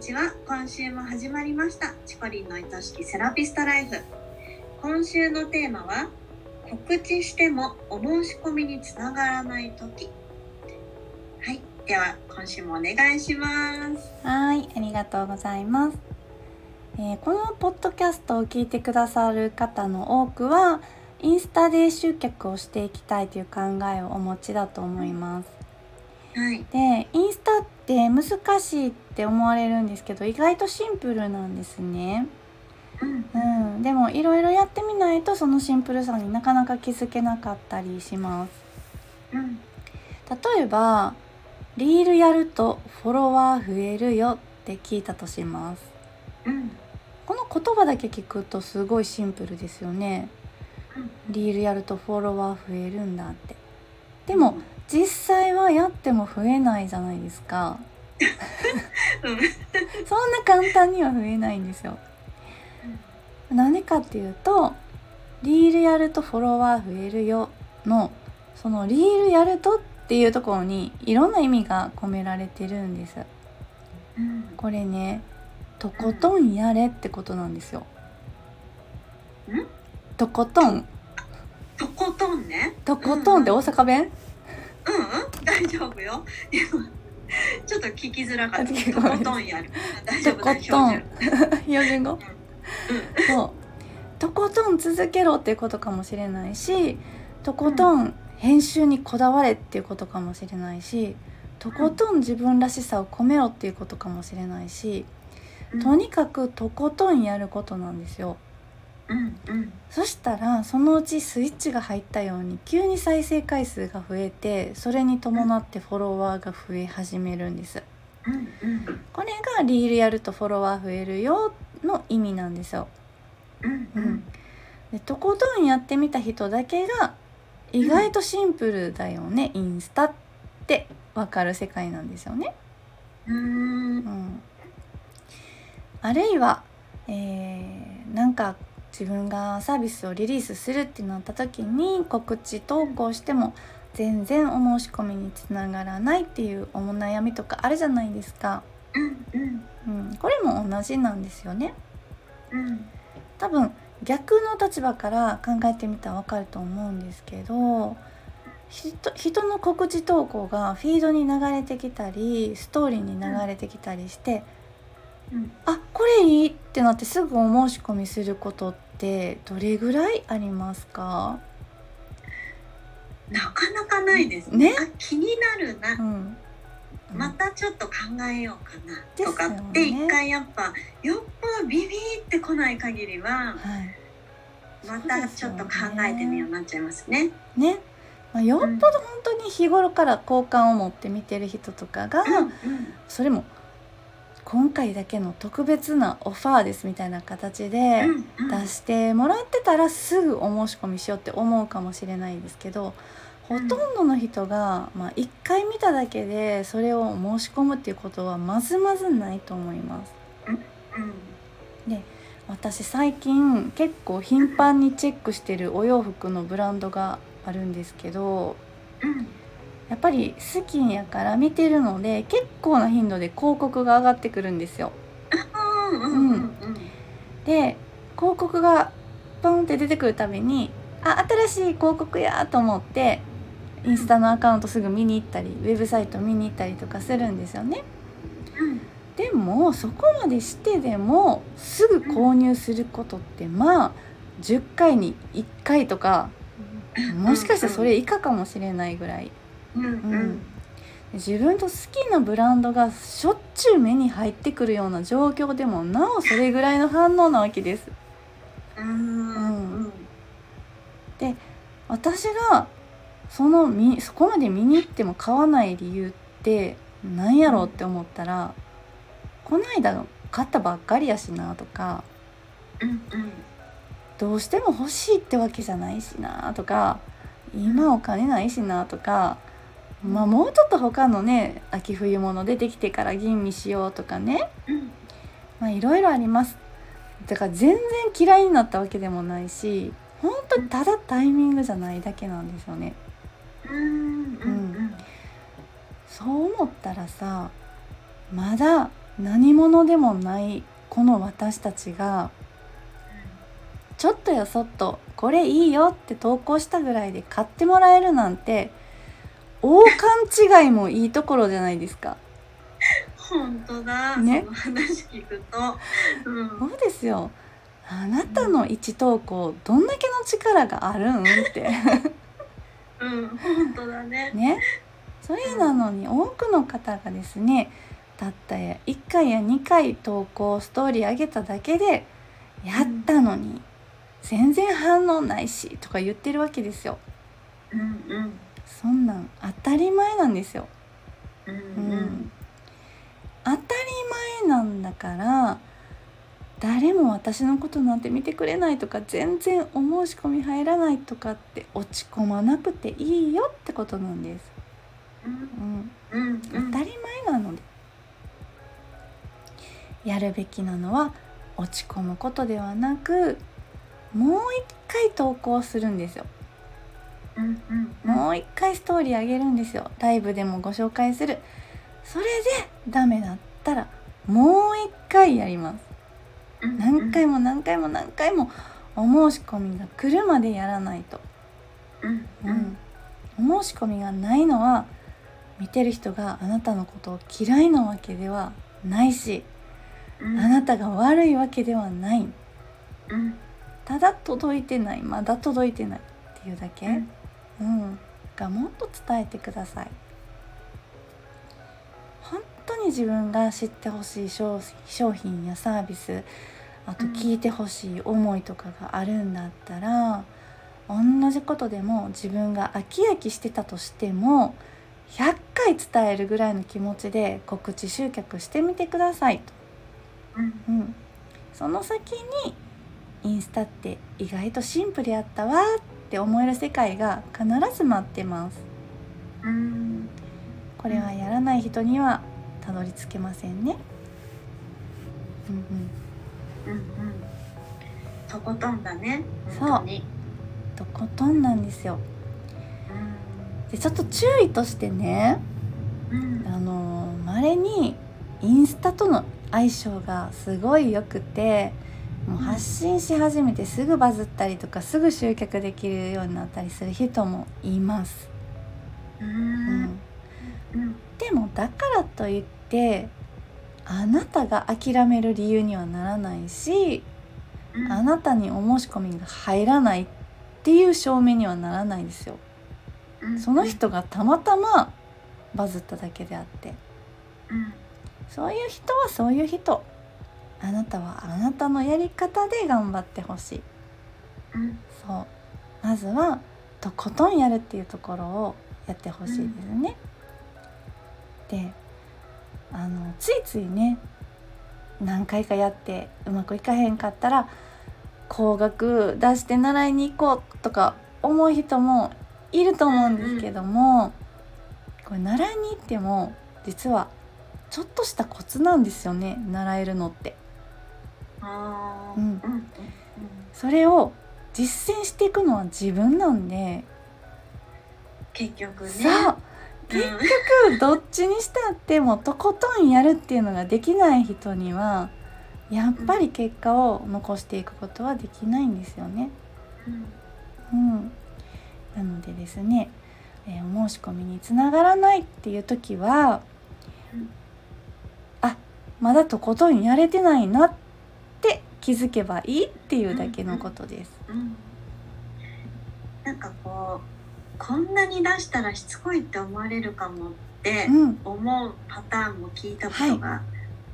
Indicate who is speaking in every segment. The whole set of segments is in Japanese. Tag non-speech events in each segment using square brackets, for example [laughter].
Speaker 1: ちは今週も始まりましたチコリンの愛しきセラピストライフ今週のテーマは告知してもお申し込みにつながらない時はいでは今週もお願いします
Speaker 2: はい、ありがとうございます。えーこのポッドキャストを聞いてくださる方の多くは、インスタで集客をしていきたいという考えをお持ちだと思います。
Speaker 1: はい
Speaker 2: で、インスタって難しいって思われるんですけど、意外とシンプルなんですね。
Speaker 1: うん
Speaker 2: うん、でもいろいろやってみないとそのシンプルさになかなか気づけなかったりします。
Speaker 1: うん
Speaker 2: 例えば、リールやるとフォロワー増えるよって聞いたとします。
Speaker 1: うん
Speaker 2: この言葉だけ聞くとすごいシンプルですよね
Speaker 1: うん
Speaker 2: リールやるとフォロワー増えるんだってでも実際はやっても増えないじゃないですか
Speaker 1: うん
Speaker 2: そんな簡単には増えないんですよなんでかっていうとリールやるとフォロワー増えるよのそのリールやるとっていうところにいろんな意味が込められてるんです
Speaker 1: うん
Speaker 2: これねとことんやれってことなんですよ
Speaker 1: ん
Speaker 2: とことん
Speaker 1: とことんね
Speaker 2: とことんって大阪弁
Speaker 1: うんうん大丈夫よでもちょっと聞きづらかっ
Speaker 2: 聞
Speaker 1: たと
Speaker 2: こえる
Speaker 1: ことんやる大丈
Speaker 2: と
Speaker 1: 夫
Speaker 2: こ
Speaker 1: 大丈
Speaker 2: と
Speaker 1: 夫 [laughs]
Speaker 2: ん標準語そうとことん続けろっていうことかもしれないしとことん編集にこだわれっていうことかもしれないしとことん自分らしさを込めろっていうことかもしれないし
Speaker 1: うん
Speaker 2: とにかくとことんやることなんですよ
Speaker 1: うんうん
Speaker 2: そしたらそのうちスイッチが入ったように急に再生回数が増えてそれに伴ってフォロワーが増え始めるんです
Speaker 1: うんうん
Speaker 2: これがリールやるとフォロワー増えるよの意味なんですよ
Speaker 1: うんう
Speaker 2: うんんでとことんやってみた人だけが意外とシンプルだよねインスタってわかる世界なんですよね、
Speaker 1: うーん
Speaker 2: うん、あるいは、えーなんか自分がサービスをリリースするってなった時に告知投稿しても全然お申し込みにつながらないっていうお悩みとかあるじゃないですか、
Speaker 1: うんうん
Speaker 2: うん、これも同じなんですよね
Speaker 1: うん
Speaker 2: 多分逆の立場から考えてみたらわかると思うんですけど人人の告知投稿がフィードに流れてきたりストーリーに流れてきたりして、
Speaker 1: うん
Speaker 2: あこれいいってなってすぐお申し込みすることってどれぐらいありますか、
Speaker 1: なかなかないです
Speaker 2: ね
Speaker 1: あ気になるな、
Speaker 2: うん
Speaker 1: またちょっと考えようかな
Speaker 2: ですよ
Speaker 1: と
Speaker 2: ね
Speaker 1: かって一回やっぱよっぽどビビってこない限りは
Speaker 2: はい
Speaker 1: またちょっと考えてみようになっちゃいますね。
Speaker 2: ねまあ、よっぽど本当に日頃から好感を持って見てる人とかが、
Speaker 1: う
Speaker 2: それも今回だけの特別なオファーですみたいな形で
Speaker 1: んうんうん
Speaker 2: 出してもらってたらすぐお申し込みしようって思うかもしれないですけどほとんどの人が、まあ、1回見ただけでそれを申し込むっていうことはまずまずないと思います。
Speaker 1: うん
Speaker 2: 私最近結構頻繁にチェックしてるお洋服のブランドがあるんですけど
Speaker 1: うん
Speaker 2: やっぱり好きやから見てるので結構な頻度で広告が上がってくるんですよ。
Speaker 1: うんうんうんうん
Speaker 2: で広告がポンって出てくるたびにあ新しい広告やと思ってインスタのアカウントすぐ見に行ったりウェブサイト見に行ったりとかするんですよね
Speaker 1: うん
Speaker 2: でもそこまでしてでもすぐ購入することってまあ10回に1回とかもしかしたらそれ以下かもしれないぐらい
Speaker 1: うんうん
Speaker 2: 自分と好きなブランドがしょっちゅう目に入ってくるような状況でもなおそれぐらいの反応なわけです
Speaker 1: うんうん
Speaker 2: 私がそのみそこまで見に行っても買わない理由って何やろうって思ったら、この間買ったばっかりやしなとか
Speaker 1: うんうん
Speaker 2: どうしても欲しいってわけじゃないしなとか今お金ないしなとか、まあ、もうちょっと他のね秋冬物出てきてから吟味しようとかね
Speaker 1: うん
Speaker 2: まあいろいろありますだから全然嫌いになったわけでもないし本当にただタイミングじゃないだけなんですよね
Speaker 1: うんうんうん
Speaker 2: そう思ったらさまだ何者でもないこの私たちがちょっとやそっとこれいいよって投稿したぐらいで買ってもらえるなんて大勘違いもいいところじゃないですか。
Speaker 1: 本当だ、
Speaker 2: ね
Speaker 1: その話聞くと、うん、
Speaker 2: そうですよあなたの一投稿どんだけの力があるんって。
Speaker 1: うん、本当だね。
Speaker 2: ね、それなのに多くの方がですねたったや1回や2回投稿ストーリー上げただけで「やったのに全然反応ないし」とか言ってるわけですよ。
Speaker 1: うんうん
Speaker 2: そんなん当たり前なんですよ。
Speaker 1: う
Speaker 2: うんん、当たり前なんだから誰も私のことなんて見てくれないとか全然お申し込み入らないとかって落ち込まなくていいよってことなんです。
Speaker 1: うん
Speaker 2: うん
Speaker 1: うんう
Speaker 2: 当
Speaker 1: ん
Speaker 2: たり前なので、やるべきなのは落ち込むことではなくもう一回投稿するんですよ
Speaker 1: うんうん
Speaker 2: もう一回ストーリー上げるんですよライブでもご紹介するそれでダメだったらもう一回やります
Speaker 1: うん
Speaker 2: 何回も何回も何回もお申し込みが来るまでやらないと
Speaker 1: うんう
Speaker 2: うんん、お申し込みがないのは見てる人があなたのことを嫌いなわけではないし、
Speaker 1: うん
Speaker 2: あなたが悪いわけではない
Speaker 1: うん
Speaker 2: ただ届いてないまだ届いてないっていうだけ、
Speaker 1: うん
Speaker 2: うん、がもっと伝えてください本当に自分が知ってほしい商商品やサービスあと
Speaker 1: うん
Speaker 2: 聞いてほしい思いとかがあるんだったら、同じことでも自分が飽き飽きしてたとしても100回伝えるぐらいの気持ちで告知集客してみてくださいと、
Speaker 1: うん
Speaker 2: うん、その先にインスタって意外とシンプルやったわって思える世界が必ず待ってます
Speaker 1: うん
Speaker 2: これはやらない人にはたどり着けませんね。うんう
Speaker 1: うん
Speaker 2: ん、
Speaker 1: うんとことんだね
Speaker 2: そう
Speaker 1: 本当に
Speaker 2: とことんなんですよ。
Speaker 1: う
Speaker 2: でちょっと注意としてね、
Speaker 1: んうん
Speaker 2: あのー稀にインスタとの相性がすごい良くて、もう
Speaker 1: うん
Speaker 2: 発信し始めてすぐバズったりとかすぐ集客できるようになったりする人もいます。
Speaker 1: う
Speaker 2: うん
Speaker 1: ん、うん
Speaker 2: でもだからといってあなたが諦める理由にはならないし
Speaker 1: うん
Speaker 2: あなたにお申し込みが入らないっていう証明にはならないですよ
Speaker 1: うん
Speaker 2: その人がたまたまバズっただけであって
Speaker 1: うん
Speaker 2: そういう人はそういう人あなたはあなたのやり方で頑張ってほしい
Speaker 1: うん
Speaker 2: そうまずはとことんやるっていうところをやってほしいですね、であのついついね何回かやってうまくいかへんかったら高額出して習いに行こうとか思う人もいると思うんですけども、これ習いに行っても実はちょっとしたコツなんですよね習えるのって。
Speaker 1: あー
Speaker 2: うん
Speaker 1: うんうん
Speaker 2: それを実践していくのは自分なんで、
Speaker 1: 結局ね
Speaker 2: さあ結
Speaker 1: うん
Speaker 2: 局 [laughs] どっちにしたってもとことんやるっていうのができない人にはやっぱり結果を残していくことはできないんですよね。
Speaker 1: うん
Speaker 2: うん、なのでですね、えーお申し込みにつながらないっていう時は
Speaker 1: うん
Speaker 2: あまだとことんやれてないなって気づけばいいっていうだけのことです。
Speaker 1: うんなんかこうこんなに出したらしつこいって思われるかもって
Speaker 2: うん、
Speaker 1: 思うパターンも聞いたことが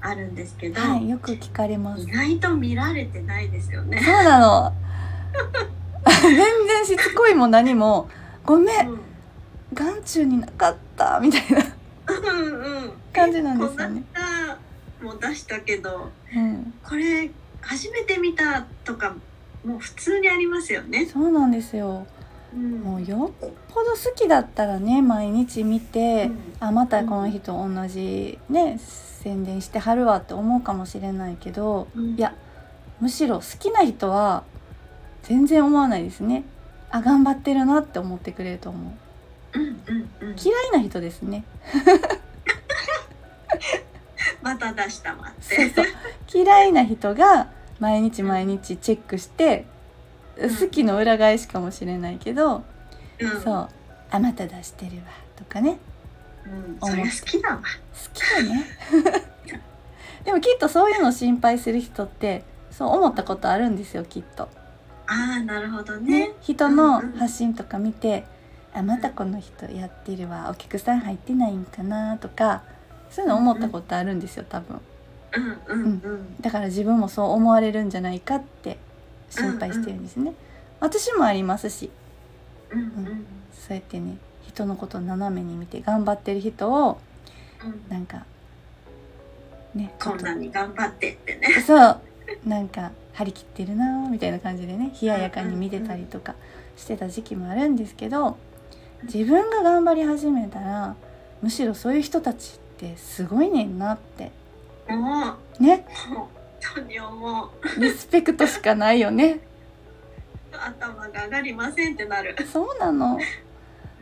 Speaker 1: あるんですけど、
Speaker 2: はい、よく聞かれます
Speaker 1: 意。外と見られてないですよね。
Speaker 2: そうなの。 [laughs] 全然しつこいも何も、ごめん、
Speaker 1: うん
Speaker 2: 眼中になかったみたいな。
Speaker 1: うんうん、
Speaker 2: 感じなんですよね
Speaker 1: こんな歌も出したけど
Speaker 2: うん、
Speaker 1: これ初めて見たとかもう普通にありますよね。
Speaker 2: そうなんですよ。
Speaker 1: うん
Speaker 2: もうよっぽど好きだったらね、毎日見て。
Speaker 1: うん
Speaker 2: あまたこの人同じね宣伝してはるわって思うかもしれないけど
Speaker 1: うん
Speaker 2: いやむしろ好きな人は全然思わないですねあ頑張ってるなって思ってくれると思う
Speaker 1: うんうんうん
Speaker 2: 嫌いな人ですね
Speaker 1: また出したわって
Speaker 2: そうそう嫌いな人が毎日毎日チェックして
Speaker 1: ん
Speaker 2: 好きの裏返しかもしれないけど、
Speaker 1: うん
Speaker 2: そう「あまた出してるわ」とかね
Speaker 1: うん、そりゃ好きだわ
Speaker 2: 好きだねでもきっとそういうのを心配する人ってそう思ったことあるんですよきっと。
Speaker 1: あーなるほど
Speaker 2: ね
Speaker 1: ね、
Speaker 2: 人の発信とか見て「あまたこの人やってるわお客さん入ってないんかな」とかそういうの思ったことあるんですよ多分。
Speaker 1: うんうんうん
Speaker 2: だから自分もそう思われるんじゃないかって心配してるんですね、私もありますし
Speaker 1: うんうん
Speaker 2: そうやってね人のことを斜めに見て頑張ってる人を
Speaker 1: うん
Speaker 2: なんかね
Speaker 1: こんなに頑張ってってね
Speaker 2: ちょっとそうなんか張り切ってるなーみたいな感じでね冷ややかに見てたりとかしてた時期もあるんですけど自分が頑張り始めたらむしろそういう人たちってすごいねんなって
Speaker 1: も
Speaker 2: ね
Speaker 1: う本当に思う
Speaker 2: リスペクトしかないよね
Speaker 1: 頭が上がりませんってなる、
Speaker 2: そうなの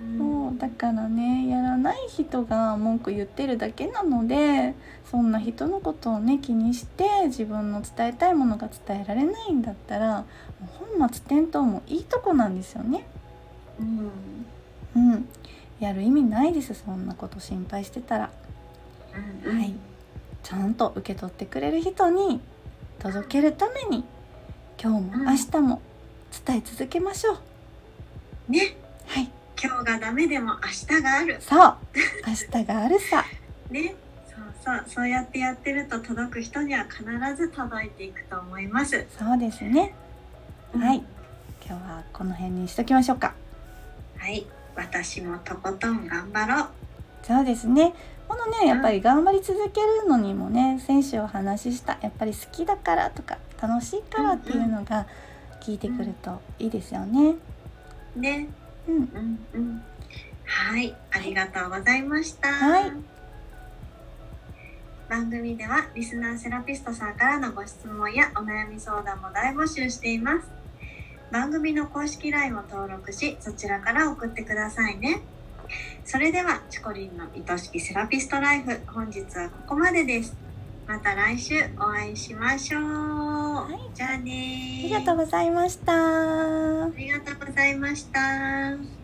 Speaker 1: うん
Speaker 2: そうだからねやらない人が文句言ってるだけなのでそんな人のことをね気にして自分の伝えたいものが伝えられないんだったらもう本末転倒もいいとこなんですよね。
Speaker 1: うん
Speaker 2: うん、やる意味ないですそんなこと心配してたら
Speaker 1: うん
Speaker 2: はいちゃんと受け取ってくれる人に届けるために今日も明日も伝え続けましょう。
Speaker 1: ね
Speaker 2: はい、
Speaker 1: 今日がダメでも明日がある
Speaker 2: さあ明日があるさ。
Speaker 1: ねそうそうそうやってやってると届く人には必ず届いていくと思います
Speaker 2: そうですね。はい
Speaker 1: うん
Speaker 2: 今日はこの辺にしときましょうか。
Speaker 1: はい私もとことん頑張ろう
Speaker 2: そうですね。このね、やっぱり頑張り続けるのにもね、先週お話しした、やっぱり好きだからとか、楽しいからっていうのが聞いてくるといいですよね。
Speaker 1: ね
Speaker 2: うん。
Speaker 1: うんうんはいありがとうございました、
Speaker 2: はい
Speaker 1: 番組ではリスナーセラピストさんからのご質問やお悩み相談も大募集しています番組の公式 LINE を登録しそちらから送ってくださいねそれではチコリンの愛しきセラピストライフ本日はここまでですまた来週お会いしましょう、
Speaker 2: い
Speaker 1: じゃあね
Speaker 2: ありがとうございました。
Speaker 1: ありがとうございました。